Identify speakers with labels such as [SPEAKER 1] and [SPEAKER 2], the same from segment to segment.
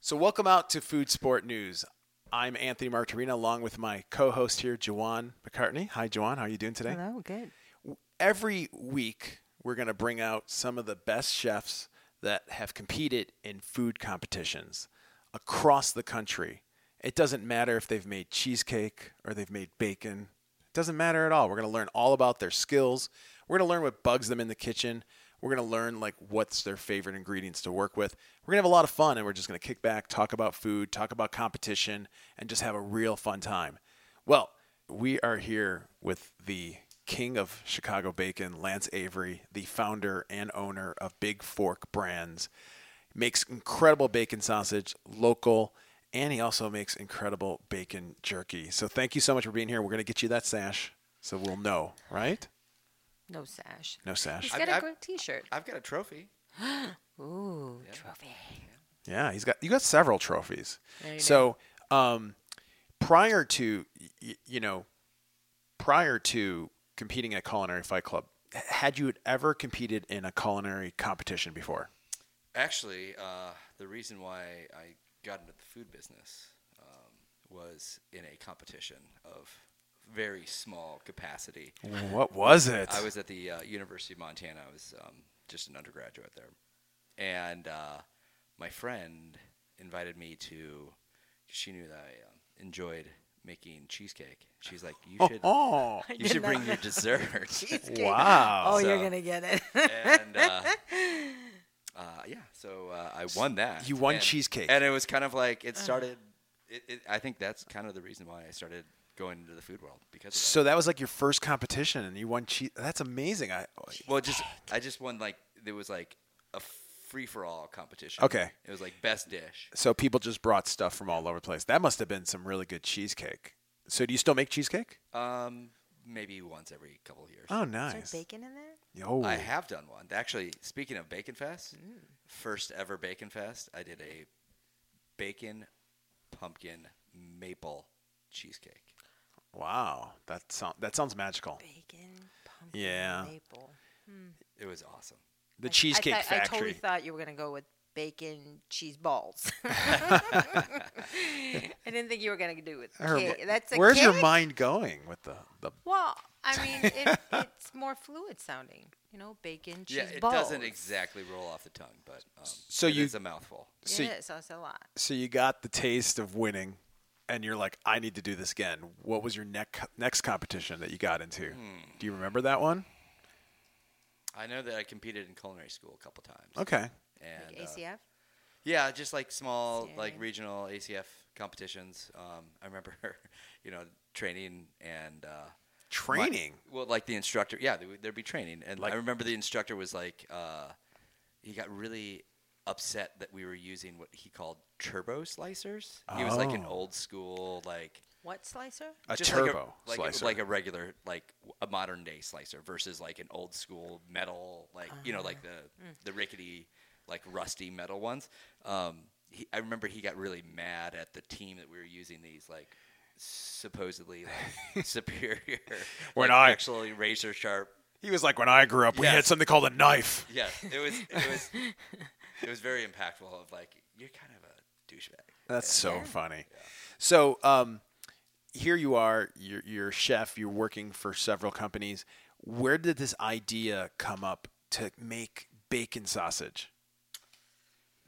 [SPEAKER 1] So, welcome out to Food Sport News. I'm Anthony Martorina, along with my co-host here, Jawan McCartney. Hi, Jawan. How are you doing today?
[SPEAKER 2] Hello, good.
[SPEAKER 1] Every week, we're going to bring out some of the best chefs that have competed in food competitions across the country. It doesn't matter if they've made cheesecake or they've made bacon. It doesn't matter at all. We're going to learn all about their skills. We're going to learn what bugs them in the kitchen. We're going to learn like what's their favorite ingredients to work with. We're going to have a lot of fun and we're just going to kick back, talk about food, talk about competition and just have a real fun time. Well, we are here with the king of Chicago bacon, Lance Avery, the founder and owner of Big Fork Brands. Makes incredible bacon sausage, local, and he also makes incredible bacon jerky. So thank you so much for being here. We're going to get you that sash so we'll know, right?
[SPEAKER 2] No sash.
[SPEAKER 1] No sash.
[SPEAKER 2] He's got a
[SPEAKER 3] I've-
[SPEAKER 2] great T-shirt.
[SPEAKER 3] I've got a trophy.
[SPEAKER 2] Ooh, trophy.
[SPEAKER 1] Yeah, he's got you got several trophies.
[SPEAKER 2] Yeah, you
[SPEAKER 1] So, um, prior to y- y- you know, prior to competing at Culinary Fight Club, h- had you ever competed in a culinary competition before?
[SPEAKER 3] Actually, uh, the reason why I got into the food business um, was in a competition of very small capacity.
[SPEAKER 1] What was it?
[SPEAKER 3] I was at the uh, University of Montana. I was um, just an undergraduate there, and uh, my friend invited me to. She knew that I um enjoyed making cheesecake. She's like, "You should,
[SPEAKER 1] Oh,
[SPEAKER 3] you should bring your dessert."
[SPEAKER 1] wow!
[SPEAKER 2] Oh, you're
[SPEAKER 3] So-
[SPEAKER 2] gonna get it.
[SPEAKER 3] and uh, uh, yeah, so uh, I won that.
[SPEAKER 1] you won
[SPEAKER 3] And-
[SPEAKER 1] cheesecake.
[SPEAKER 3] and it was kind of like it started. It, it, I think that's kind of the reason why I started going into the food world because. Of that.
[SPEAKER 1] So that was like your first competition, and you won cheese. That's amazing. I
[SPEAKER 3] Well, just I just won like there was like a free for all competition.
[SPEAKER 1] Okay.
[SPEAKER 3] It was like best dish.
[SPEAKER 1] so people just brought stuff from all over the place. That must have been some really good cheesecake. So do you still make cheesecake?
[SPEAKER 3] Um, maybe once every couple of years.
[SPEAKER 1] Oh,
[SPEAKER 2] Is
[SPEAKER 1] nice.
[SPEAKER 2] there bacon in there?
[SPEAKER 1] Oh,
[SPEAKER 3] I have done one. Actually, speaking of Bacon Fest, first ever Bacon Fest, I did a bacon pumpkin maple cheesecake.
[SPEAKER 1] wow. That sound that sounds magical.
[SPEAKER 2] Bacon, pumpkin,
[SPEAKER 1] Yeah.
[SPEAKER 2] maple.
[SPEAKER 3] It was awesome.
[SPEAKER 1] The
[SPEAKER 2] I- I
[SPEAKER 1] Cheesecake
[SPEAKER 2] thought-
[SPEAKER 1] Factory.
[SPEAKER 2] I totally thought you were gonna go with bacon cheese balls. I didn't think you were gonna do it.
[SPEAKER 1] Her-
[SPEAKER 2] Cake. That's a
[SPEAKER 1] where's your
[SPEAKER 2] cake?
[SPEAKER 1] mind going with the, the
[SPEAKER 2] Well, I mean, it, it's more fluid sounding. You know, bacon cheese
[SPEAKER 3] yeah, it
[SPEAKER 2] balls.
[SPEAKER 3] doesn't exactly roll off the tongue, but um,
[SPEAKER 1] So
[SPEAKER 3] it
[SPEAKER 1] you-
[SPEAKER 3] is a mouthful.
[SPEAKER 1] so,
[SPEAKER 2] it is. That's a lot.
[SPEAKER 1] so you got the taste of winning and you're like i need to do this again what was your nec- next competition that you got into do you remember that one
[SPEAKER 3] I know that I competed in culinary school a couple times.
[SPEAKER 1] okay
[SPEAKER 3] And,
[SPEAKER 2] Like
[SPEAKER 3] uh,
[SPEAKER 2] ACF.
[SPEAKER 3] Yeah, just like small,
[SPEAKER 2] CIA.
[SPEAKER 3] like regional ACF competitions. Um, I remember, you know, training and uh, my-
[SPEAKER 1] training
[SPEAKER 3] well, like the instructor, yeah, there would- there'd be training, and
[SPEAKER 1] Like-
[SPEAKER 3] I remember the instructor was like, uh, he got really upset that we were using what he called turbo slicers. He was like an
[SPEAKER 1] Oh.
[SPEAKER 3] old school, like
[SPEAKER 2] What slicer?
[SPEAKER 1] a
[SPEAKER 3] just
[SPEAKER 1] turbo
[SPEAKER 3] like a, like,
[SPEAKER 1] slicer
[SPEAKER 3] a, like a regular, like a modern day slicer versus like an old school metal, like you know, like the the rickety, like rusty metal ones. Um, he, I remember he got really mad at the team that we were using these like supposedly like, superior,
[SPEAKER 1] When
[SPEAKER 3] like,
[SPEAKER 1] I-
[SPEAKER 3] actually razor sharp.
[SPEAKER 1] he was like when i grew up we had
[SPEAKER 3] Yes.
[SPEAKER 1] something called a knife
[SPEAKER 3] Yeah, it was it was it was very impactful. Of like you're kind of a douchebag.
[SPEAKER 1] that's so funny so um, here you are you're, you're a chef you're working for several companies where did this idea come up to make bacon sausage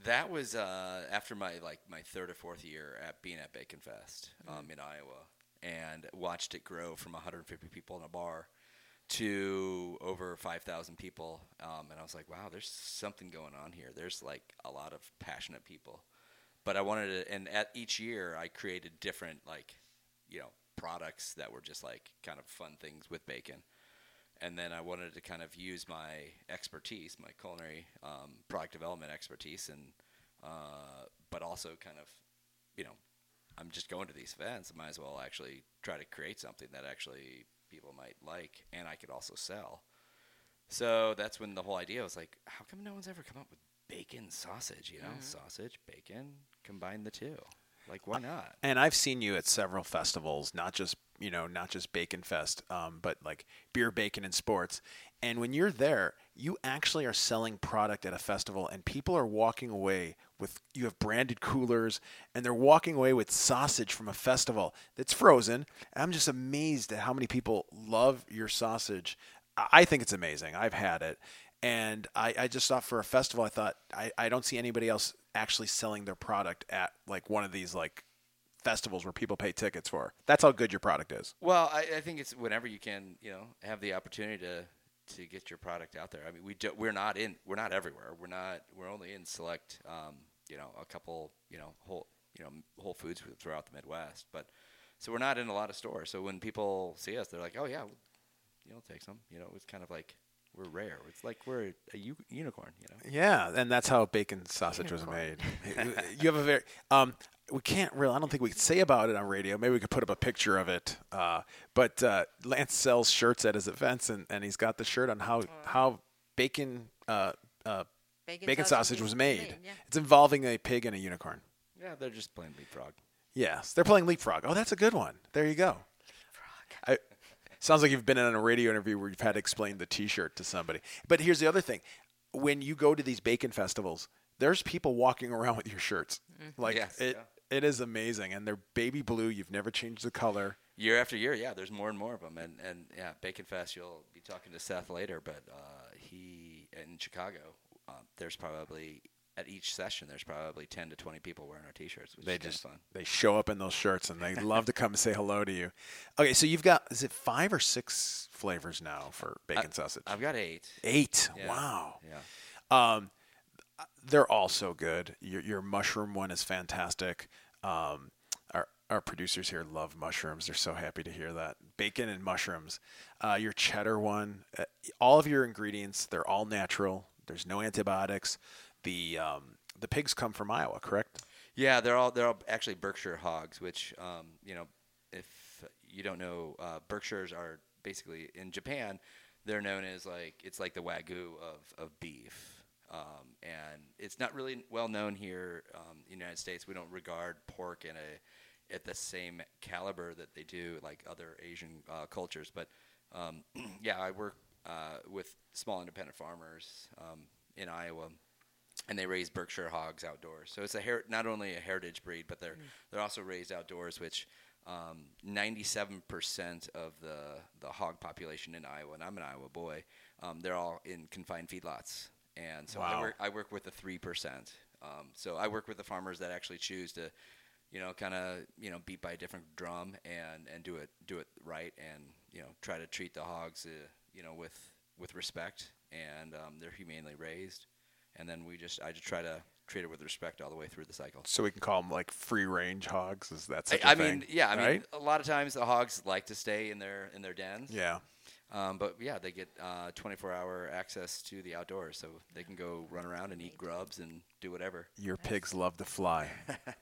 [SPEAKER 3] That was uh, after my like my third or fourth year at being at Bacon Fest um, in Iowa, and watched it grow from 150 people in a bar to over 5,000 people, um, and I was like, wow, there's something going on here. There's like a lot of passionate people, but I wanted to, and at each year I created different like, you know, products that were just like kind of fun things with bacon and then I wanted to kind of use my expertise, my culinary um, product development expertise, and uh, but also kind of, you know, I'm just going to these events. I might as well actually try to create something that actually people might like, and I could also sell. So that's when the whole idea was like, how come no one's ever come up with bacon sausage? You know, sausage, bacon, combine the two. Like, why not?
[SPEAKER 1] and I've seen you at several festivals, not just you know, not just Bacon Fest, um, but like beer, bacon, and sports. And when you're there, you actually are selling product at a festival, and people are walking away with you have branded coolers and they're walking away with sausage from a festival that's frozen. And I'm just amazed at how many people love your sausage. I I think it's amazing. I've had it. And I, I just thought for a festival, I thought I, I don't see anybody else actually selling their product at like one of these like festivals where people pay tickets for. That's how good your product is.
[SPEAKER 3] Well, I, I think it's whenever you can, you know, have the opportunity to to get your product out there. I mean, we do, we're not in we're not everywhere. We're not we're only in select, um, you know, a couple, you know, whole you know Whole Foods throughout the Midwest, but so we're not in a lot of stores. So when people see us, they're like, oh yeah, you know, take some. You know, it's kind of like we're rare. It's like we're a u- unicorn. You know.
[SPEAKER 1] Yeah, and that's how bacon sausage was made. you have a very um, we can't really. I don't think we could say about it on radio. Maybe we could put up a picture of it. Uh, but uh, Lance sells shirts at his events, and, and he's got the shirt on how how bacon uh, uh, Oh. bacon, sausage, was made.
[SPEAKER 2] yeah.
[SPEAKER 1] It's involving a pig and a unicorn.
[SPEAKER 3] Yeah, they're just playing leapfrog.
[SPEAKER 1] Yes, they're playing leapfrog. Oh, that's a good one. There you go. I, sounds like you've been in a radio interview where you've had to explain the T-shirt to somebody. But here's the other thing: when you go to these bacon festivals, there's people walking around with your shirts. Like
[SPEAKER 3] Mm-hmm. Yes,
[SPEAKER 1] it, it is amazing, and they're baby blue. You've never changed the color.
[SPEAKER 3] year after year, yeah, there's more and more of them. And, and yeah, Bacon Fest, you'll be talking to Seth later, but uh, he in Chicago, uh, there's probably at each session, there's probably 10 to 20 people wearing our t shirts, which
[SPEAKER 1] They
[SPEAKER 3] is kinda
[SPEAKER 1] just
[SPEAKER 3] fun.
[SPEAKER 1] they show up in those shirts, and they love to come and say hello to you. Okay, so you've got is it five or six flavors now for bacon sausage?
[SPEAKER 3] I've got eight.
[SPEAKER 1] Eight.
[SPEAKER 3] Yeah.
[SPEAKER 1] Wow.
[SPEAKER 3] Yeah.
[SPEAKER 1] they're all so good. Your, your mushroom one is fantastic. Um, our our producers here love mushrooms. They're so happy to hear that bacon and mushrooms. Uh, your cheddar one, uh, all of your ingredients, they're all natural. There's no antibiotics. The um, the pigs come from Iowa, correct?
[SPEAKER 3] Yeah, they're all they're all actually Berkshire hogs, which um, you know, if you don't know, uh, Berkshires are basically in Japan, they're known as like it's like the wagyu of of beef, um, and it's not really well known here um, in the United States. We don't regard pork in a at the same caliber that they do like other Asian uh, cultures, but um, yeah, I work uh, with small independent farmers um, in Iowa and they raise Berkshire hogs outdoors. So it's a her- not only a heritage breed, but they're they're also raised outdoors, which ninety seven percent of the the hog population in Iowa, and I'm an Iowa boy, um, they're all in confined feedlots. And so
[SPEAKER 1] Wow.
[SPEAKER 3] I work I work with the three percent. Um, so I work with the farmers that actually choose to, you know, kind of you know beat by a different drum and and do it do it right and you know try to treat the hogs uh, you know with with respect and um, they're humanely raised and then we just I just try to treat it with respect all the way through the cycle.
[SPEAKER 1] So we can call them like free range hogs. Is that
[SPEAKER 3] I
[SPEAKER 1] such a
[SPEAKER 3] I
[SPEAKER 1] thing?
[SPEAKER 3] mean, yeah, I mean,
[SPEAKER 1] Right?
[SPEAKER 3] a lot of times the hogs like to stay in their in their dens.
[SPEAKER 1] yeah.
[SPEAKER 3] Um, but yeah, they get uh, 24-hour access to the outdoors, so they can go run around and eat grubs and do whatever.
[SPEAKER 1] Your pigs love to fly.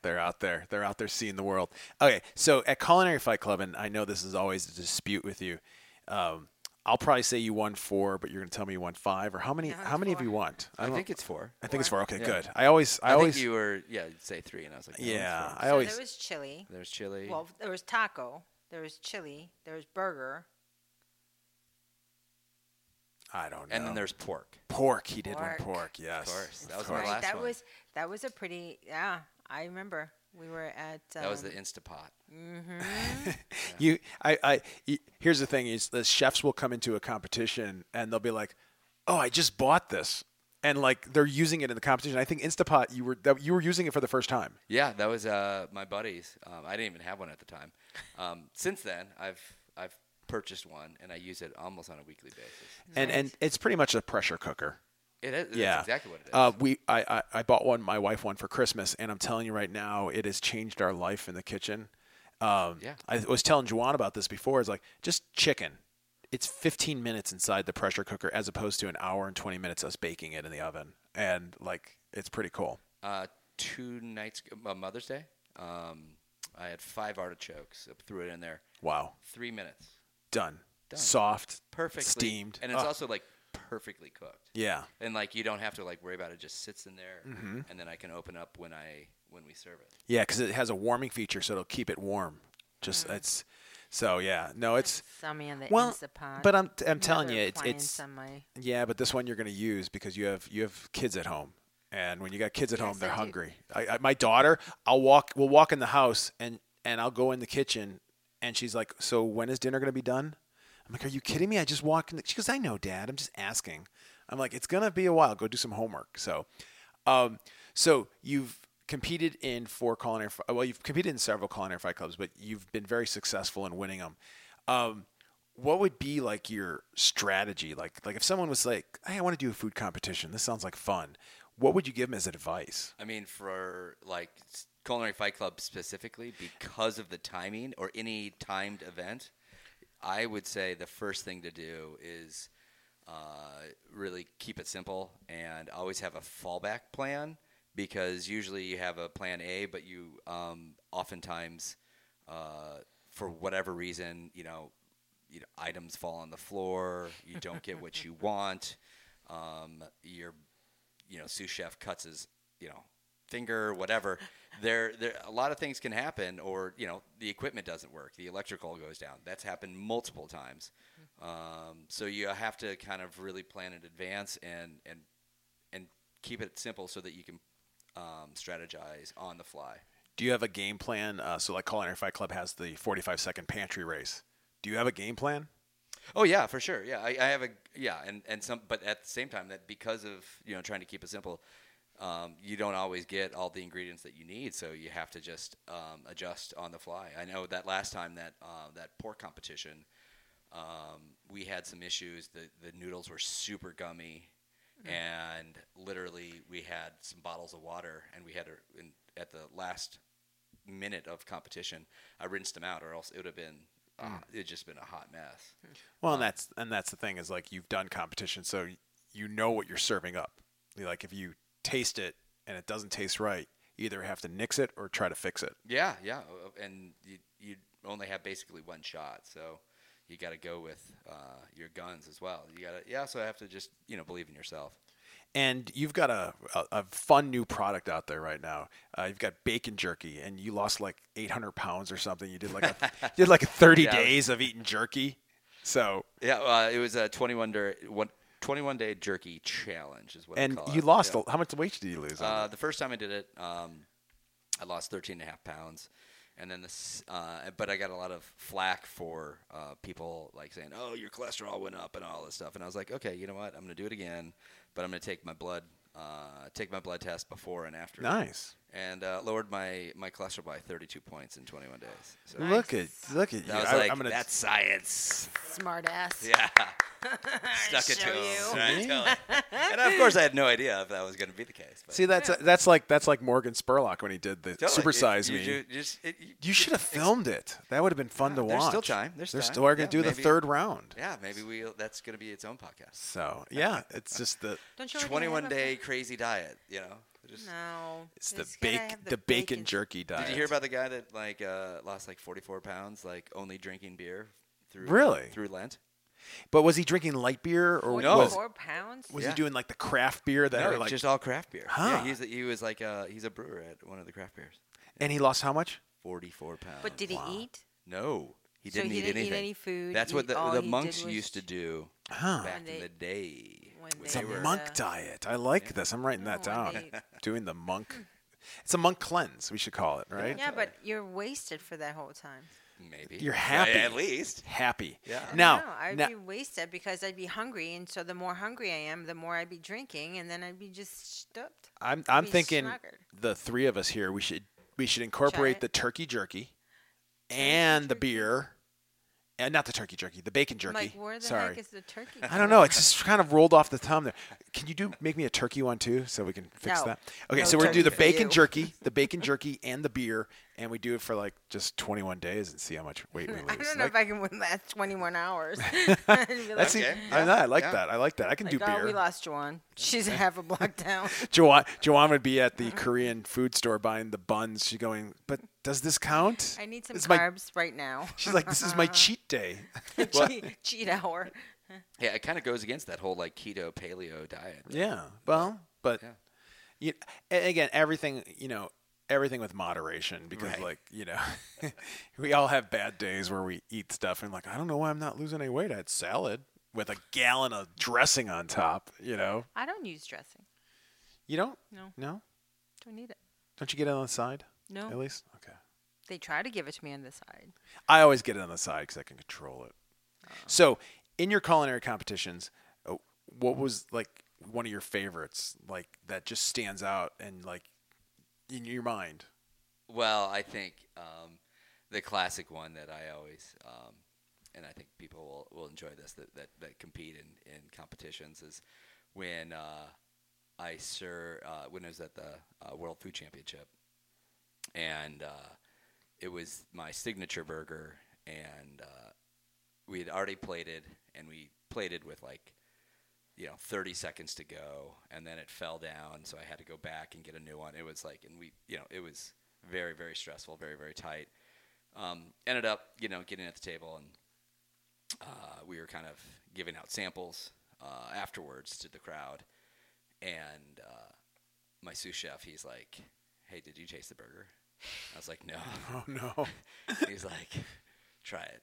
[SPEAKER 1] They're out there. They're out there seeing the world. Okay, so at Culinary Fight Club, and I know this is always a dispute with you. Um, I'll probably say you won four, but you're going to tell me you won five, or how many?
[SPEAKER 2] No,
[SPEAKER 1] how many have
[SPEAKER 2] four.
[SPEAKER 1] you won?
[SPEAKER 3] I,
[SPEAKER 1] don't-
[SPEAKER 3] think it's four.
[SPEAKER 1] I think it's four. Okay,
[SPEAKER 3] Yeah.
[SPEAKER 1] good. I always, I,
[SPEAKER 3] I,
[SPEAKER 1] always,
[SPEAKER 3] think you were yeah, you'd say three, and I was like, no, it's
[SPEAKER 1] yeah,
[SPEAKER 3] four.
[SPEAKER 1] I always,
[SPEAKER 2] so there was chili.
[SPEAKER 3] There's chili.
[SPEAKER 2] Well, there was taco. There was chili. There was burger.
[SPEAKER 1] I don't know.
[SPEAKER 3] and then there's pork.
[SPEAKER 1] pork. He did win
[SPEAKER 2] Pork.
[SPEAKER 1] pork. Yes,
[SPEAKER 3] Of course, that was
[SPEAKER 1] course.
[SPEAKER 3] my last
[SPEAKER 2] that
[SPEAKER 3] one.
[SPEAKER 2] was that was a pretty yeah. I remember we were at um,
[SPEAKER 3] that was the Instapot.
[SPEAKER 1] You, I, I, y- here's the thing: is the chefs will come into a competition and they'll be like, "Oh, I just bought this," and like they're using it in the competition. I think Instapot, you were that, you were using it for the first time.
[SPEAKER 3] Yeah, that was uh, my buddy's. Um, I didn't even have one at the time. Um, since then, I've I've purchased one and I use it almost on a weekly basis.
[SPEAKER 1] and and it's pretty much a pressure cooker.
[SPEAKER 3] It is that's
[SPEAKER 1] yeah,
[SPEAKER 3] exactly what it is.
[SPEAKER 1] Uh, we I, I I bought one, my wife one for Christmas, and I'm telling you right now, it has changed our life in the kitchen. Um,
[SPEAKER 3] Yeah.
[SPEAKER 1] I was telling Juwan about this before. It's like just chicken. It's 15 minutes inside the pressure cooker as opposed to an hour and 20 minutes us baking it in the oven, and like it's pretty cool.
[SPEAKER 3] uh, two nights uh, Mother's Day, um, I had five artichokes. I threw it in there.
[SPEAKER 1] Wow,
[SPEAKER 3] Three minutes,
[SPEAKER 1] done,
[SPEAKER 3] Done.
[SPEAKER 1] soft,
[SPEAKER 3] perfectly
[SPEAKER 1] steamed,
[SPEAKER 3] and it's
[SPEAKER 1] Oh,
[SPEAKER 3] also like perfectly cooked.
[SPEAKER 1] yeah.
[SPEAKER 3] And like you don't have to like worry about it; It just sits in there,
[SPEAKER 1] Mm-hmm.
[SPEAKER 3] and then I can open up when I when we serve it.
[SPEAKER 1] Yeah, because it has a warming feature, so it'll keep it warm. Just
[SPEAKER 3] Mm.
[SPEAKER 1] it's so yeah. No, it's
[SPEAKER 2] some on the
[SPEAKER 1] well,
[SPEAKER 2] Instapot.
[SPEAKER 1] but I'm I'm telling
[SPEAKER 2] Another
[SPEAKER 1] you, it's
[SPEAKER 2] appliance
[SPEAKER 1] it's
[SPEAKER 2] on my
[SPEAKER 1] yeah, but this one you're going to use because you have you have kids at home, And when you got kids at home,
[SPEAKER 2] Yes,
[SPEAKER 1] they're
[SPEAKER 2] I do.
[SPEAKER 1] hungry. I, I, my daughter, I'll walk. We'll walk in the house, and and I'll go in the kitchen, and she's like, "So when is dinner gonna be done?" I'm like, "Are you kidding me?" I just walked in. The, she goes, "I know, Dad. I'm just asking." I'm like, "It's gonna be a while. Go do some homework." So, um, so you've competed in four culinary. fi- Well, you've competed in several culinary fight clubs, but you've been very successful in winning them. Um, what would be like your strategy like like if someone was like hey i want to do a food competition this sounds like fun what would you give them as advice
[SPEAKER 3] I mean, for like s- Culinary Fight Club specifically, because of the timing or any timed event, I would say the first thing to do is uh, really keep it simple and always have a fallback plan because usually you have a plan A, but you um, oftentimes, uh, for whatever reason, you know, you know, items fall on the floor, you don't get what you want, um, you're you know sous chef cuts his you know finger whatever there there a lot of things can happen or you know the equipment doesn't work the electrical goes down that's happened multiple times um, so you have to kind of really plan in advance and and and keep it simple so that you can um, strategize on the fly
[SPEAKER 1] do you have a game plan uh, so like culinary fight club has the 45 second pantry race do you have a game plan
[SPEAKER 3] Oh yeah, for sure. Yeah, I, I have a yeah, and and some, but at the same time, that because of you know trying to keep it simple, um, you don't always get all the ingredients that you need, so you have to just um, adjust on the fly. I know that last time that uh, that pork competition, um, we had some issues. The the noodles were super gummy, and literally we had some bottles of water, and we had a, in, at the last minute of competition, I rinsed them out, or else it would have been. Uh, it'd just been a hot mess.
[SPEAKER 1] well and that's and that's the thing is like you've done competition so you know what you're serving up like if you taste it and it doesn't taste right you either have to nix it or try to fix it
[SPEAKER 3] Yeah, yeah, uh, and you you only have basically one shot, so you got to go with uh, your guns as well. You got to yeah, so I have to just you know believe in yourself.
[SPEAKER 1] and you've got a, a, a fun new product out there right now. Uh, you've got bacon jerky, and you lost like 800 pounds or something. You did like a, you did like 30
[SPEAKER 3] Yeah.
[SPEAKER 1] days of eating jerky. So
[SPEAKER 3] Yeah, uh, it was a 21 day one, 21 day jerky challenge is what. I
[SPEAKER 1] and
[SPEAKER 3] call
[SPEAKER 1] you
[SPEAKER 3] it.
[SPEAKER 1] lost
[SPEAKER 3] Yeah.
[SPEAKER 1] a- how much weight did you lose? on
[SPEAKER 3] Uh,
[SPEAKER 1] that?
[SPEAKER 3] the first time I did it, um, I lost 13 and a half pounds. And then this, uh, but I got a lot of flack for uh, people like saying, "Oh, your cholesterol went up" and all this stuff. And I was like, "Okay, you know what? I'm gonna do it again, but I'm gonna take my blood, uh, take my blood test before and after."
[SPEAKER 1] nice.
[SPEAKER 3] And uh, lowered my, my cholesterol by 32 points in 21 days. So
[SPEAKER 1] Look at look at you.
[SPEAKER 3] I was
[SPEAKER 1] I-
[SPEAKER 3] like,
[SPEAKER 1] I'm gonna-
[SPEAKER 3] "That's science."
[SPEAKER 2] Smart ass.
[SPEAKER 3] Yeah. Stuck it to
[SPEAKER 2] show
[SPEAKER 3] him.
[SPEAKER 2] you.
[SPEAKER 3] right? Tell him. And of course, I had no idea if that was going to be the case. But.
[SPEAKER 1] see that's that's like that's like Morgan Spurlock when he did the
[SPEAKER 3] Totally.
[SPEAKER 1] supersize
[SPEAKER 3] It-
[SPEAKER 1] me.
[SPEAKER 3] You, do- just- it- you-
[SPEAKER 1] you should have
[SPEAKER 3] it's-
[SPEAKER 1] filmed it. That would have been fun to
[SPEAKER 3] there's
[SPEAKER 1] watch.
[SPEAKER 3] still time. There's time.
[SPEAKER 1] still- we're gonna
[SPEAKER 3] Yeah,
[SPEAKER 1] do the
[SPEAKER 3] maybe.
[SPEAKER 1] third round.
[SPEAKER 3] Yeah, maybe we. will That's going to be its own podcast.
[SPEAKER 1] So yeah, it's just the
[SPEAKER 2] Don't you already have
[SPEAKER 3] Twenty-one
[SPEAKER 2] a-
[SPEAKER 3] day crazy diet. You know. Just,
[SPEAKER 2] No.
[SPEAKER 1] it's the
[SPEAKER 2] It's gotta
[SPEAKER 1] bacon
[SPEAKER 2] have
[SPEAKER 1] the, bacon, jerky diet.
[SPEAKER 3] Did you hear about the guy that like uh, lost like forty-four pounds, like only drinking beer through
[SPEAKER 1] Really?
[SPEAKER 3] through Lent?
[SPEAKER 1] But was he drinking light beer or
[SPEAKER 3] No.
[SPEAKER 1] was,
[SPEAKER 2] Four pounds.
[SPEAKER 1] was
[SPEAKER 3] Yeah.
[SPEAKER 1] he doing like the craft beer that
[SPEAKER 3] No,
[SPEAKER 1] are
[SPEAKER 3] it's
[SPEAKER 1] like
[SPEAKER 3] just all craft beer.
[SPEAKER 1] Huh.
[SPEAKER 3] Yeah, he's a, he was like uh, he's a brewer at one of the craft beers.
[SPEAKER 1] and he lost how much?
[SPEAKER 3] Forty-four pounds.
[SPEAKER 2] But did he
[SPEAKER 1] Wow.
[SPEAKER 2] eat?
[SPEAKER 3] No, he
[SPEAKER 2] So
[SPEAKER 3] didn't,
[SPEAKER 2] he
[SPEAKER 3] eat,
[SPEAKER 2] didn't eat
[SPEAKER 3] anything.
[SPEAKER 2] any food,
[SPEAKER 3] That's what
[SPEAKER 2] he-
[SPEAKER 3] the,
[SPEAKER 2] all
[SPEAKER 3] the
[SPEAKER 2] he did
[SPEAKER 3] monks
[SPEAKER 2] was-
[SPEAKER 3] used to do
[SPEAKER 1] Huh.
[SPEAKER 3] back
[SPEAKER 2] When
[SPEAKER 3] in the day.
[SPEAKER 2] when
[SPEAKER 3] when
[SPEAKER 1] It's
[SPEAKER 2] they
[SPEAKER 1] a
[SPEAKER 3] they were-
[SPEAKER 1] monk
[SPEAKER 2] Yeah.
[SPEAKER 1] diet. I like this. I'm writing that
[SPEAKER 2] No, Oh, I
[SPEAKER 1] down.
[SPEAKER 2] need-
[SPEAKER 1] Doing the monk. It's a monk cleanse, we should call it, right?
[SPEAKER 2] Yeah, but you're wasted for that whole time.
[SPEAKER 3] Maybe
[SPEAKER 1] You're
[SPEAKER 3] Yeah,
[SPEAKER 1] happy.
[SPEAKER 3] at least.
[SPEAKER 1] Happy.
[SPEAKER 3] Yeah.
[SPEAKER 1] Now,
[SPEAKER 2] no, I'd
[SPEAKER 1] now-
[SPEAKER 2] be wasted because I'd be hungry, and so the more hungry I am, the more I'd be drinking, and then I'd be just stuffed.
[SPEAKER 1] I'm I'm
[SPEAKER 2] be
[SPEAKER 1] thinking
[SPEAKER 2] snuggered.
[SPEAKER 1] the three of us here we should we should incorporate
[SPEAKER 2] it.
[SPEAKER 1] the turkey jerky and the
[SPEAKER 2] jerky.
[SPEAKER 1] beer. And not the turkey jerky, the bacon jerky.
[SPEAKER 2] Like, where the
[SPEAKER 1] Sorry.
[SPEAKER 2] heck is the turkey?
[SPEAKER 1] I don't know. It's just kind of rolled off the tongue there. Can you do make me a turkey one too, so we can fix
[SPEAKER 2] No.
[SPEAKER 1] that? Okay,
[SPEAKER 2] No
[SPEAKER 1] so we're gonna do the
[SPEAKER 2] turkey for
[SPEAKER 1] bacon
[SPEAKER 2] you.
[SPEAKER 1] jerky, the bacon jerky, and the beer, and we do it for like just 21 days and see how much weight we lose.
[SPEAKER 2] I don't know
[SPEAKER 1] Like,
[SPEAKER 2] if I can win last 21 hours. I'd be like,
[SPEAKER 1] that's
[SPEAKER 3] Okay,
[SPEAKER 1] it. I, know, I like
[SPEAKER 3] yeah.
[SPEAKER 1] that. I like that. I can do
[SPEAKER 2] like, oh, we
[SPEAKER 1] beer.
[SPEAKER 2] lost Joanne. She's a half a block down.
[SPEAKER 1] Joanne, Joanne would be at the Korean food store buying the buns. She's going, but does this count?
[SPEAKER 2] I need some
[SPEAKER 1] This is my-
[SPEAKER 2] carbs right now.
[SPEAKER 1] she's like, this is my cheat day.
[SPEAKER 2] cheat, cheat hour.
[SPEAKER 3] Yeah, it kind of goes against that whole like keto paleo diet.
[SPEAKER 1] Yeah. Well, but
[SPEAKER 3] Yeah.
[SPEAKER 1] you a- again, everything you know, everything with moderation because
[SPEAKER 3] Right.
[SPEAKER 1] like you know, we all have bad days where we eat stuff and like I don't know why I'm not losing any weight. I had salad with a gallon of dressing on top. You know,
[SPEAKER 2] I don't use dressing.
[SPEAKER 1] You don't?
[SPEAKER 2] No.
[SPEAKER 1] No?
[SPEAKER 2] Don't need it.
[SPEAKER 1] Don't you get it on the side?
[SPEAKER 2] No.
[SPEAKER 1] At least? Okay.
[SPEAKER 2] They try to give it to me on the side.
[SPEAKER 1] I always get it on the side because I can control it. So, in your culinary competitions, uh, what was like one of your favorites, like that just stands out and like in your mind?
[SPEAKER 3] Well, I think um, the classic one that I always, um, and I think people will, will enjoy this that, that, that compete in, in competitions is when uh, I serve uh, when I was at the uh, World Food Championship, and uh, it was my signature burger, and uh, we had already plated, and we plated with like you know 30 seconds to go and then it fell down so i had to go back and get a new one it was like and we you know it was very very stressful very very tight um, ended up you know getting at the table and uh, we were kind of giving out samples uh, afterwards to the crowd and uh, my sous chef he's like hey did you taste the burger i was like no
[SPEAKER 1] Oh no!
[SPEAKER 3] he's like try it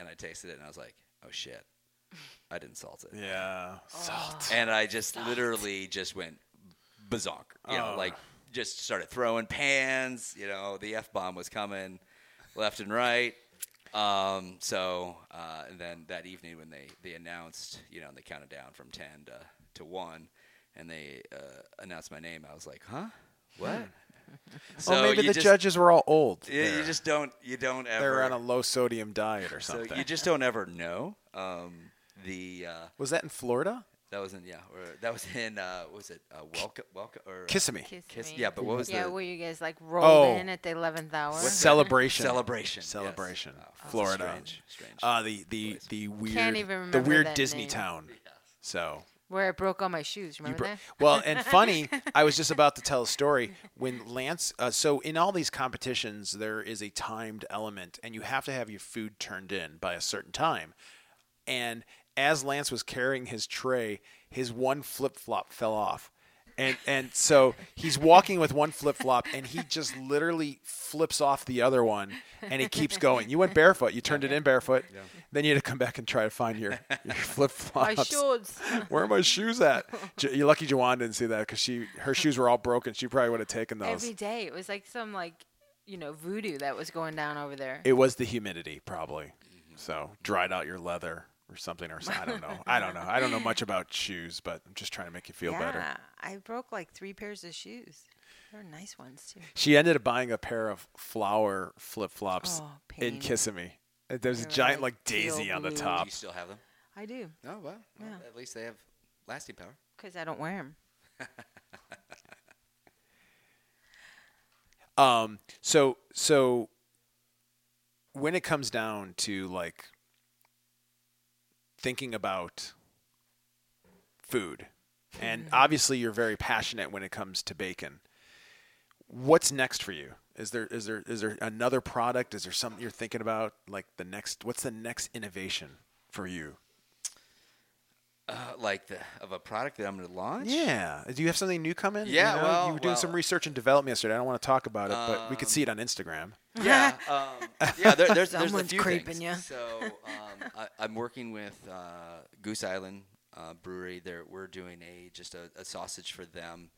[SPEAKER 3] and i tasted it and i was like oh shit i didn't salt it
[SPEAKER 1] yeah,
[SPEAKER 2] Oh.
[SPEAKER 1] salt.
[SPEAKER 3] and I just literally just went bazonk. You know,
[SPEAKER 1] Oh.
[SPEAKER 3] like just started throwing pans. You know, the f bomb was coming left and right. Um, so uh, and then that evening when they they announced, you know, and they counted down from ten to to one, and they uh, announced my name, I was like, huh, what? so
[SPEAKER 1] well, maybe
[SPEAKER 3] you
[SPEAKER 1] the
[SPEAKER 3] just,
[SPEAKER 1] judges were all old.
[SPEAKER 3] You, you
[SPEAKER 1] there.
[SPEAKER 3] just don't. You don't ever.
[SPEAKER 1] they were on a low sodium diet or
[SPEAKER 3] so
[SPEAKER 1] something.
[SPEAKER 3] you just don't ever know. Um, the uh,
[SPEAKER 1] was that in Florida?
[SPEAKER 3] that was in yeah. Or that was in uh, what was it uh, welcome welcome or uh,
[SPEAKER 1] Kissimmee.
[SPEAKER 2] Kiss
[SPEAKER 3] Kiss-
[SPEAKER 2] me.
[SPEAKER 3] yeah, but what was
[SPEAKER 2] yeah,
[SPEAKER 3] the-
[SPEAKER 2] were you guys like rolled
[SPEAKER 1] Oh.
[SPEAKER 2] in at the eleventh hour?
[SPEAKER 1] Celebration.
[SPEAKER 3] celebration yes.
[SPEAKER 1] Celebration.
[SPEAKER 3] Oh, that's a
[SPEAKER 1] Florida.
[SPEAKER 3] strange, strange.
[SPEAKER 1] Uh, the the the weird
[SPEAKER 2] even
[SPEAKER 1] the
[SPEAKER 2] remember
[SPEAKER 1] weird
[SPEAKER 2] that
[SPEAKER 1] Disney
[SPEAKER 2] name.
[SPEAKER 1] town. So
[SPEAKER 2] Where I broke all my shoes.
[SPEAKER 1] You
[SPEAKER 2] Remember
[SPEAKER 1] bro-
[SPEAKER 2] that?
[SPEAKER 1] well, and funny, I was just about to tell a story when Lance. Uh, so in all these competitions, there is a timed element, and you have to have your food turned in by a certain time. And as Lance was carrying his tray, his one flip flop fell off. And, and so he's walking with one flip flop and he just literally flips off the other one and it keeps going. You went barefoot, you turned it in barefoot, then you had to come back and try to find your, your flip
[SPEAKER 2] My
[SPEAKER 1] flops.
[SPEAKER 2] shoes.
[SPEAKER 1] Where are my shoes at? J- You're lucky Jawan didn't see that because she her shoes were all broken. She probably would have taken those.
[SPEAKER 2] Every day. It was like some like you know, voodoo that was going down over there.
[SPEAKER 1] it was the humidity, probably. So dried out your leather or something, or so- I don't know. I don't know. I don't know much about shoes, but I'm just trying to make you feel
[SPEAKER 2] yeah.
[SPEAKER 1] better.
[SPEAKER 2] I broke like three pairs of shoes. They were nice ones too.
[SPEAKER 1] She ended up buying a pair of flower flip flops
[SPEAKER 2] Oh,
[SPEAKER 1] in
[SPEAKER 2] pain.
[SPEAKER 1] Kissimmee. Uh, There's a
[SPEAKER 2] They were
[SPEAKER 1] giant
[SPEAKER 2] like
[SPEAKER 1] like daisy
[SPEAKER 2] teal
[SPEAKER 1] on the
[SPEAKER 2] blue.
[SPEAKER 3] Do
[SPEAKER 1] top.
[SPEAKER 3] you still have them?
[SPEAKER 2] I do.
[SPEAKER 3] No, well, well,
[SPEAKER 2] Yeah.
[SPEAKER 3] at least they have lasting power.
[SPEAKER 2] Because I don't wear them.
[SPEAKER 1] Um, so so when it comes down to like thinking about food, and
[SPEAKER 3] Mm-hmm.
[SPEAKER 1] obviously you're very passionate when it comes to bacon. What's next for you? Is there is there is there another product? Is there something you're thinking about? Like the next, what's the next innovation for you?
[SPEAKER 3] Uh, like the of a product that I'm going to launch.
[SPEAKER 1] Yeah. Do you have something new coming?
[SPEAKER 3] Yeah,
[SPEAKER 1] You, know,
[SPEAKER 3] well-
[SPEAKER 1] you were doing
[SPEAKER 3] well- Um,
[SPEAKER 1] some research and development yesterday. I don't want to talk about it, but we could see it on Instagram.
[SPEAKER 3] yeah, um, yeah. There, there's there's a
[SPEAKER 2] Someone's
[SPEAKER 3] few
[SPEAKER 2] creeping
[SPEAKER 3] things.
[SPEAKER 2] ya.
[SPEAKER 3] So um, I, I'm working with uh, Goose Island uh, Brewery. There we're doing a just a, a sausage for them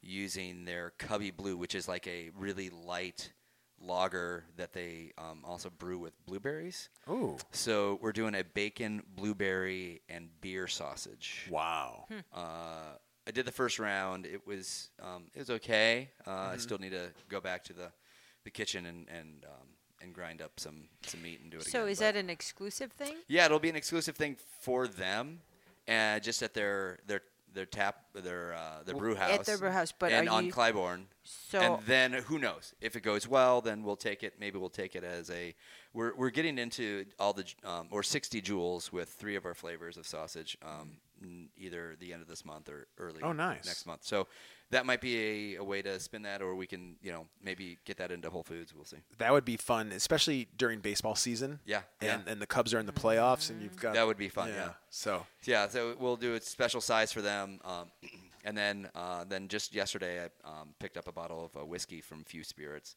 [SPEAKER 3] using their Cubby Blue, which is like a really light lager that they um, also brew with blueberries.
[SPEAKER 1] Ooh.
[SPEAKER 3] So we're doing a bacon, blueberry, and beer sausage.
[SPEAKER 1] Wow.
[SPEAKER 3] Uh, I did the first round. It was um, it was okay. Uh, I still need to go back to the, the kitchen and and um, and grind up some, some meat and do it again.
[SPEAKER 2] So is
[SPEAKER 3] but-
[SPEAKER 2] that an exclusive thing?
[SPEAKER 3] yeah, it'll be an exclusive thing for them, and just at their their their tap their uh, their brew house
[SPEAKER 2] At the brew house, but
[SPEAKER 3] and
[SPEAKER 2] are
[SPEAKER 3] on
[SPEAKER 2] you-
[SPEAKER 3] Clybourne.
[SPEAKER 2] So-
[SPEAKER 3] and then uh, who knows if it goes well, then we'll take it. Maybe we'll take it as a we're we're getting into all the j- um, or sixty joules with three of our flavors of sausage, um, n- either the end of this month or early.
[SPEAKER 1] Oh, nice.
[SPEAKER 3] next month. So that might be a, a way to spin that, or we can you know maybe get that into Whole Foods. We'll see.
[SPEAKER 1] That would be fun, especially during baseball season.
[SPEAKER 3] Yeah,
[SPEAKER 1] And
[SPEAKER 3] yeah.
[SPEAKER 1] and the Cubs are in the
[SPEAKER 2] Mm.
[SPEAKER 1] playoffs and you've got
[SPEAKER 3] That would be fun, yeah.
[SPEAKER 1] So
[SPEAKER 3] Yeah, so we'll do a special size for them, um, and then uh, then just yesterday I um, picked up a bottle of uh, whiskey from Few Spirits,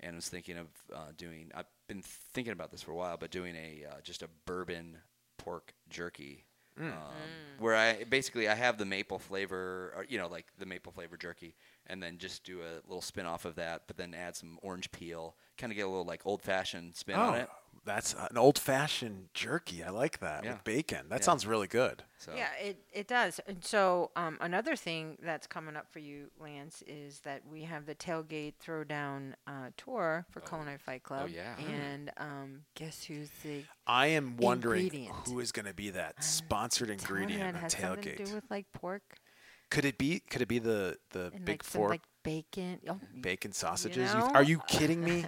[SPEAKER 3] and was thinking of uh, doing. I've been thinking about this for a while, but doing a uh, just a bourbon pork jerky um,
[SPEAKER 2] Mm.
[SPEAKER 3] where I basically I have the maple flavor, or, you know, like the maple flavor jerky, and then just do a little spin off of that, but then add some orange peel, kind of get a little like old fashioned spin on it.
[SPEAKER 1] oh, that's an old fashioned jerky. I like that
[SPEAKER 3] Yeah.
[SPEAKER 1] with bacon. That
[SPEAKER 3] Yeah.
[SPEAKER 1] sounds really good.
[SPEAKER 3] So
[SPEAKER 2] Yeah, it, it does. And so um, another thing that's coming up for you, Lance, is that we have the tailgate throwdown uh, tour
[SPEAKER 1] Oh.
[SPEAKER 2] for Culinary Fight Club.
[SPEAKER 3] yeah. Mm.
[SPEAKER 2] And um, guess who's the
[SPEAKER 1] I am wondering
[SPEAKER 2] Ingredient.
[SPEAKER 1] who is going to be that sponsored
[SPEAKER 2] tell 'em
[SPEAKER 1] ingredient on
[SPEAKER 2] that has something to
[SPEAKER 1] tailgate.
[SPEAKER 2] do with like pork
[SPEAKER 1] could it be? Could it be the the
[SPEAKER 2] and
[SPEAKER 1] big
[SPEAKER 2] like some
[SPEAKER 1] fork Mm-hmm.
[SPEAKER 2] like bacon? Oh,
[SPEAKER 1] bacon sausages? You
[SPEAKER 2] know?
[SPEAKER 1] are you kidding me?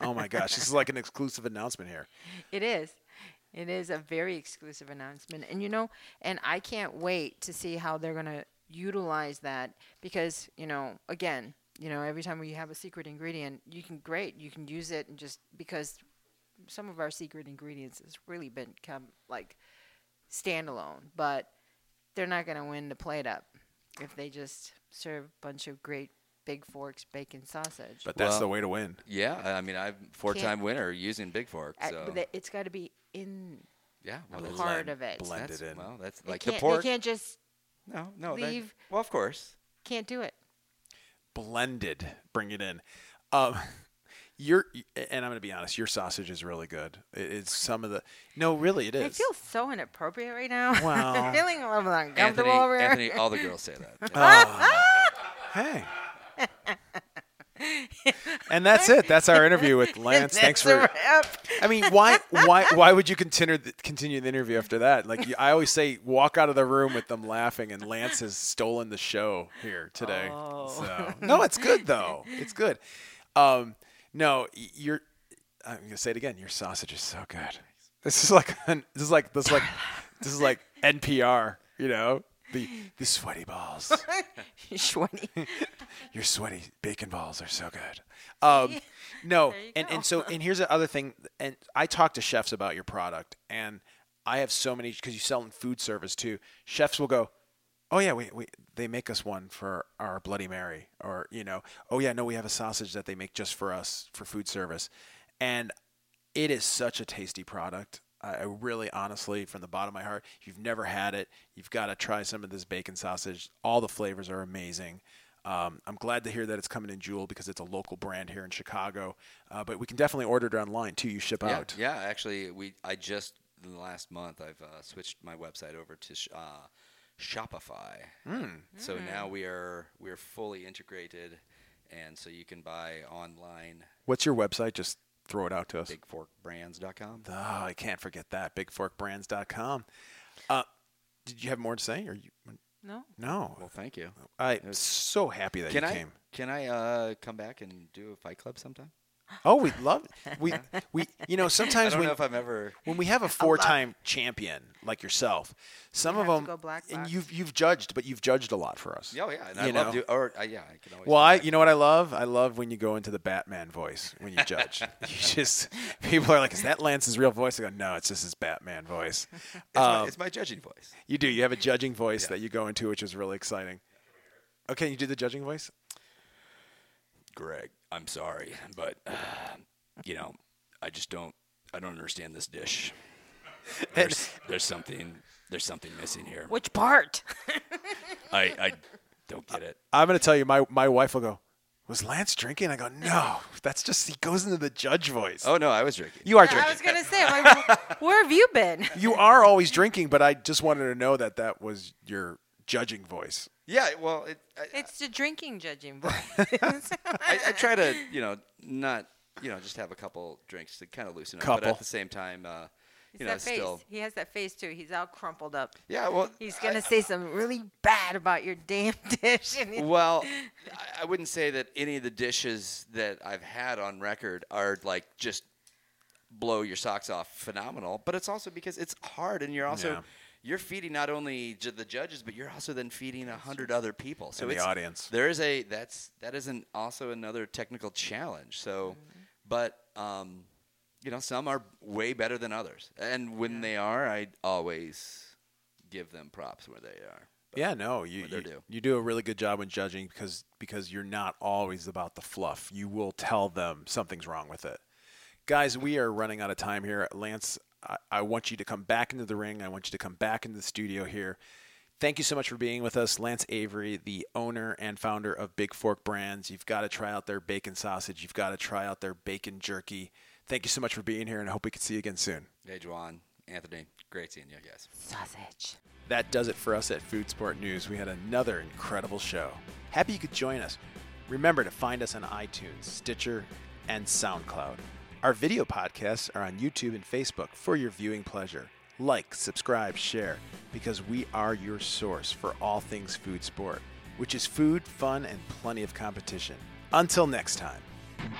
[SPEAKER 1] oh my gosh, this is like an exclusive announcement here.
[SPEAKER 2] It is. It is a very exclusive announcement. And you know, and I can't wait to see how they're going to utilize that because, you know, again, you know, every time we have a secret ingredient, you can great, you can use it and just because some of our secret ingredients has really been come like standalone, but they're not going to win the plate up if they just serve a bunch of great big forks bacon sausage.
[SPEAKER 1] But that's
[SPEAKER 3] Well,
[SPEAKER 1] the way to win.
[SPEAKER 3] yeah, I- I mean I'm four time winner using Big Fork,
[SPEAKER 2] I-
[SPEAKER 3] so
[SPEAKER 2] but it- it's got to be in
[SPEAKER 3] yeah, well,
[SPEAKER 2] the
[SPEAKER 3] that's-
[SPEAKER 2] heart of it.
[SPEAKER 1] blend
[SPEAKER 3] that's-
[SPEAKER 1] it in.
[SPEAKER 3] Well, that's
[SPEAKER 2] They
[SPEAKER 3] like the
[SPEAKER 2] can't,
[SPEAKER 3] pork.
[SPEAKER 2] They can't just
[SPEAKER 3] no, no, they-
[SPEAKER 2] leave-
[SPEAKER 3] well, of course.
[SPEAKER 2] can't do it.
[SPEAKER 1] blended. Bring it in. Um, your and I'm going to be honest. Your sausage is really good. It, it's some of the no, really, it is.
[SPEAKER 2] I feel so inappropriate right now.
[SPEAKER 1] Wow.
[SPEAKER 2] I'm feeling a little
[SPEAKER 3] Anthony,
[SPEAKER 2] uncomfortable over here.
[SPEAKER 3] Anthony, all the girls say that.
[SPEAKER 1] hey. and that's it. That's our interview with Lance. Thanks
[SPEAKER 2] That's a
[SPEAKER 1] for.
[SPEAKER 2] wrap.
[SPEAKER 1] I mean, why, why, why would you continue the, continue the interview after that? Like, you, I always say, walk out of the room with them laughing, and Lance has stolen the show here today.
[SPEAKER 2] Oh.
[SPEAKER 1] So, no, it's good though. It's good. Um, no, y- you're. I'm gonna say it again. Your sausage is so good. This is like an, this is like this is like this is like NPR. You know, the the sweaty balls.
[SPEAKER 2] Shwenny.
[SPEAKER 1] Your sweaty bacon balls are so good. Um, no,
[SPEAKER 2] There you
[SPEAKER 1] and,
[SPEAKER 2] go.
[SPEAKER 1] and so and here's the other thing. And I talk to chefs about your product, and I have so many because you sell in food service too. Chefs will go, "Oh yeah, we, we they make us one for our Bloody Mary," or you know, "Oh yeah, no, we have a sausage that they make just for us for food service," and it is such a tasty product. I I really, honestly, from the bottom of my heart, if you've never had it, you've got to try some of this bacon sausage. All the flavors are amazing. Um, I'm glad to hear that it's coming in Jewel because it's a local brand here in Chicago. Uh, but we can definitely order it online too. You ship
[SPEAKER 3] yeah,
[SPEAKER 1] out.
[SPEAKER 3] Yeah, actually, we I just in the last month I've uh, switched my website over to sh- uh, Shopify.
[SPEAKER 1] Hmm.
[SPEAKER 3] So now we are we are fully integrated, and so you can buy online
[SPEAKER 1] What's your website? Just throw it out to us.
[SPEAKER 3] bigforkbrands.com.
[SPEAKER 1] Oh, I can't forget that. BigForkBrands.com. Uh, did you have more to say? Or you,
[SPEAKER 2] No.
[SPEAKER 1] no,
[SPEAKER 3] Well, thank you.
[SPEAKER 1] I'm so happy that
[SPEAKER 3] Can
[SPEAKER 1] you
[SPEAKER 3] I
[SPEAKER 1] came.
[SPEAKER 3] can I uh, come back and do a Fight Club sometime?
[SPEAKER 1] Oh, we love we we. You know,
[SPEAKER 3] I
[SPEAKER 1] sometimes
[SPEAKER 3] don't
[SPEAKER 1] when
[SPEAKER 3] know if I'm ever. oh,
[SPEAKER 1] when we have a four-time champion like yourself, some
[SPEAKER 2] You
[SPEAKER 1] of
[SPEAKER 2] have to
[SPEAKER 1] them,
[SPEAKER 2] go black
[SPEAKER 1] and
[SPEAKER 2] box.
[SPEAKER 1] you've you've judged, but you've judged a lot for us.
[SPEAKER 3] Yeah, oh, yeah, and
[SPEAKER 1] You
[SPEAKER 3] I love
[SPEAKER 1] know.
[SPEAKER 3] do or uh, yeah, I can always.
[SPEAKER 1] Well,
[SPEAKER 3] come
[SPEAKER 1] I
[SPEAKER 3] back.
[SPEAKER 1] you know what I love? I love when you go into the Batman voice when you judge. you just people are like, "Is that Lance's real voice?" I go, "No, it's just his Batman voice."
[SPEAKER 3] it's, my,
[SPEAKER 1] Um,
[SPEAKER 3] it's my judging voice.
[SPEAKER 1] you do. You have a judging voice
[SPEAKER 3] Yeah.
[SPEAKER 1] that you go into, which is really exciting. Okay, you do the judging voice.
[SPEAKER 3] Greg, I'm sorry, but uh, you know, I just don't I don't understand this dish. There's, there's something there's something missing here.
[SPEAKER 2] Which part?
[SPEAKER 3] I, I don't get it.
[SPEAKER 1] I'm going to tell you, my my wife will go, "Was Lance drinking?" I go, "No, that's just he goes into the judge voice."
[SPEAKER 3] Oh no, I was drinking.
[SPEAKER 1] You are drinking.
[SPEAKER 2] I was gonna say, like, where have you been?
[SPEAKER 1] you are always drinking, but I just wanted to know that that was your judging voice.
[SPEAKER 3] yeah, well, it, I,
[SPEAKER 2] It's the drinking judging voice.
[SPEAKER 3] I, I try to you know not you know just have a couple drinks to kind of loosen up, but
[SPEAKER 1] Couple.
[SPEAKER 3] at the same time, uh,
[SPEAKER 2] It's
[SPEAKER 3] you know,
[SPEAKER 2] that face.
[SPEAKER 3] still
[SPEAKER 2] He has that face too. He's all crumpled up.
[SPEAKER 3] yeah. Well,
[SPEAKER 2] He's
[SPEAKER 3] I-
[SPEAKER 2] gonna say something really bad about your damn dish. And he-
[SPEAKER 3] well, I, I wouldn't say that any of the dishes that I've had on record are like just blow your socks off phenomenal, but it's also because it's hard and you're also
[SPEAKER 1] Yeah.
[SPEAKER 3] you're feeding not only j- the judges, but you're also then feeding a hundred other people. So
[SPEAKER 1] And the
[SPEAKER 3] it's,
[SPEAKER 1] audience.
[SPEAKER 3] There is a that's that is an also another technical challenge. So, but um, you know, some are way better than others, and when they are, I always give them props where they are.
[SPEAKER 1] Yeah, no, you
[SPEAKER 3] Well, they're
[SPEAKER 1] you,
[SPEAKER 3] due.
[SPEAKER 1] you do a really good job when judging because because you're not always about the fluff. You will tell them something's wrong with it. Guys, we are running out of time here. Lance, I, I want you to come back into the ring. I want you to come back into the studio here. Thank you so much for being with us, Lance Avery, the owner and founder of Big Fork Brands. You've got to try out their bacon sausage. You've got to try out their bacon jerky. Thank you so much for being here, and I hope we can see you again soon.
[SPEAKER 3] Hey, Juan, Anthony, great seeing you guys.
[SPEAKER 2] Sausage.
[SPEAKER 1] That does it for us at Food Sport News. We had another incredible show. Happy you could join us. Remember to find us on iTunes, Stitcher, and SoundCloud. Our video podcasts are on YouTube and Facebook for your viewing pleasure. Like, subscribe, share, because we are your source for all things food sport, which is food, fun, and plenty of competition. Until next time.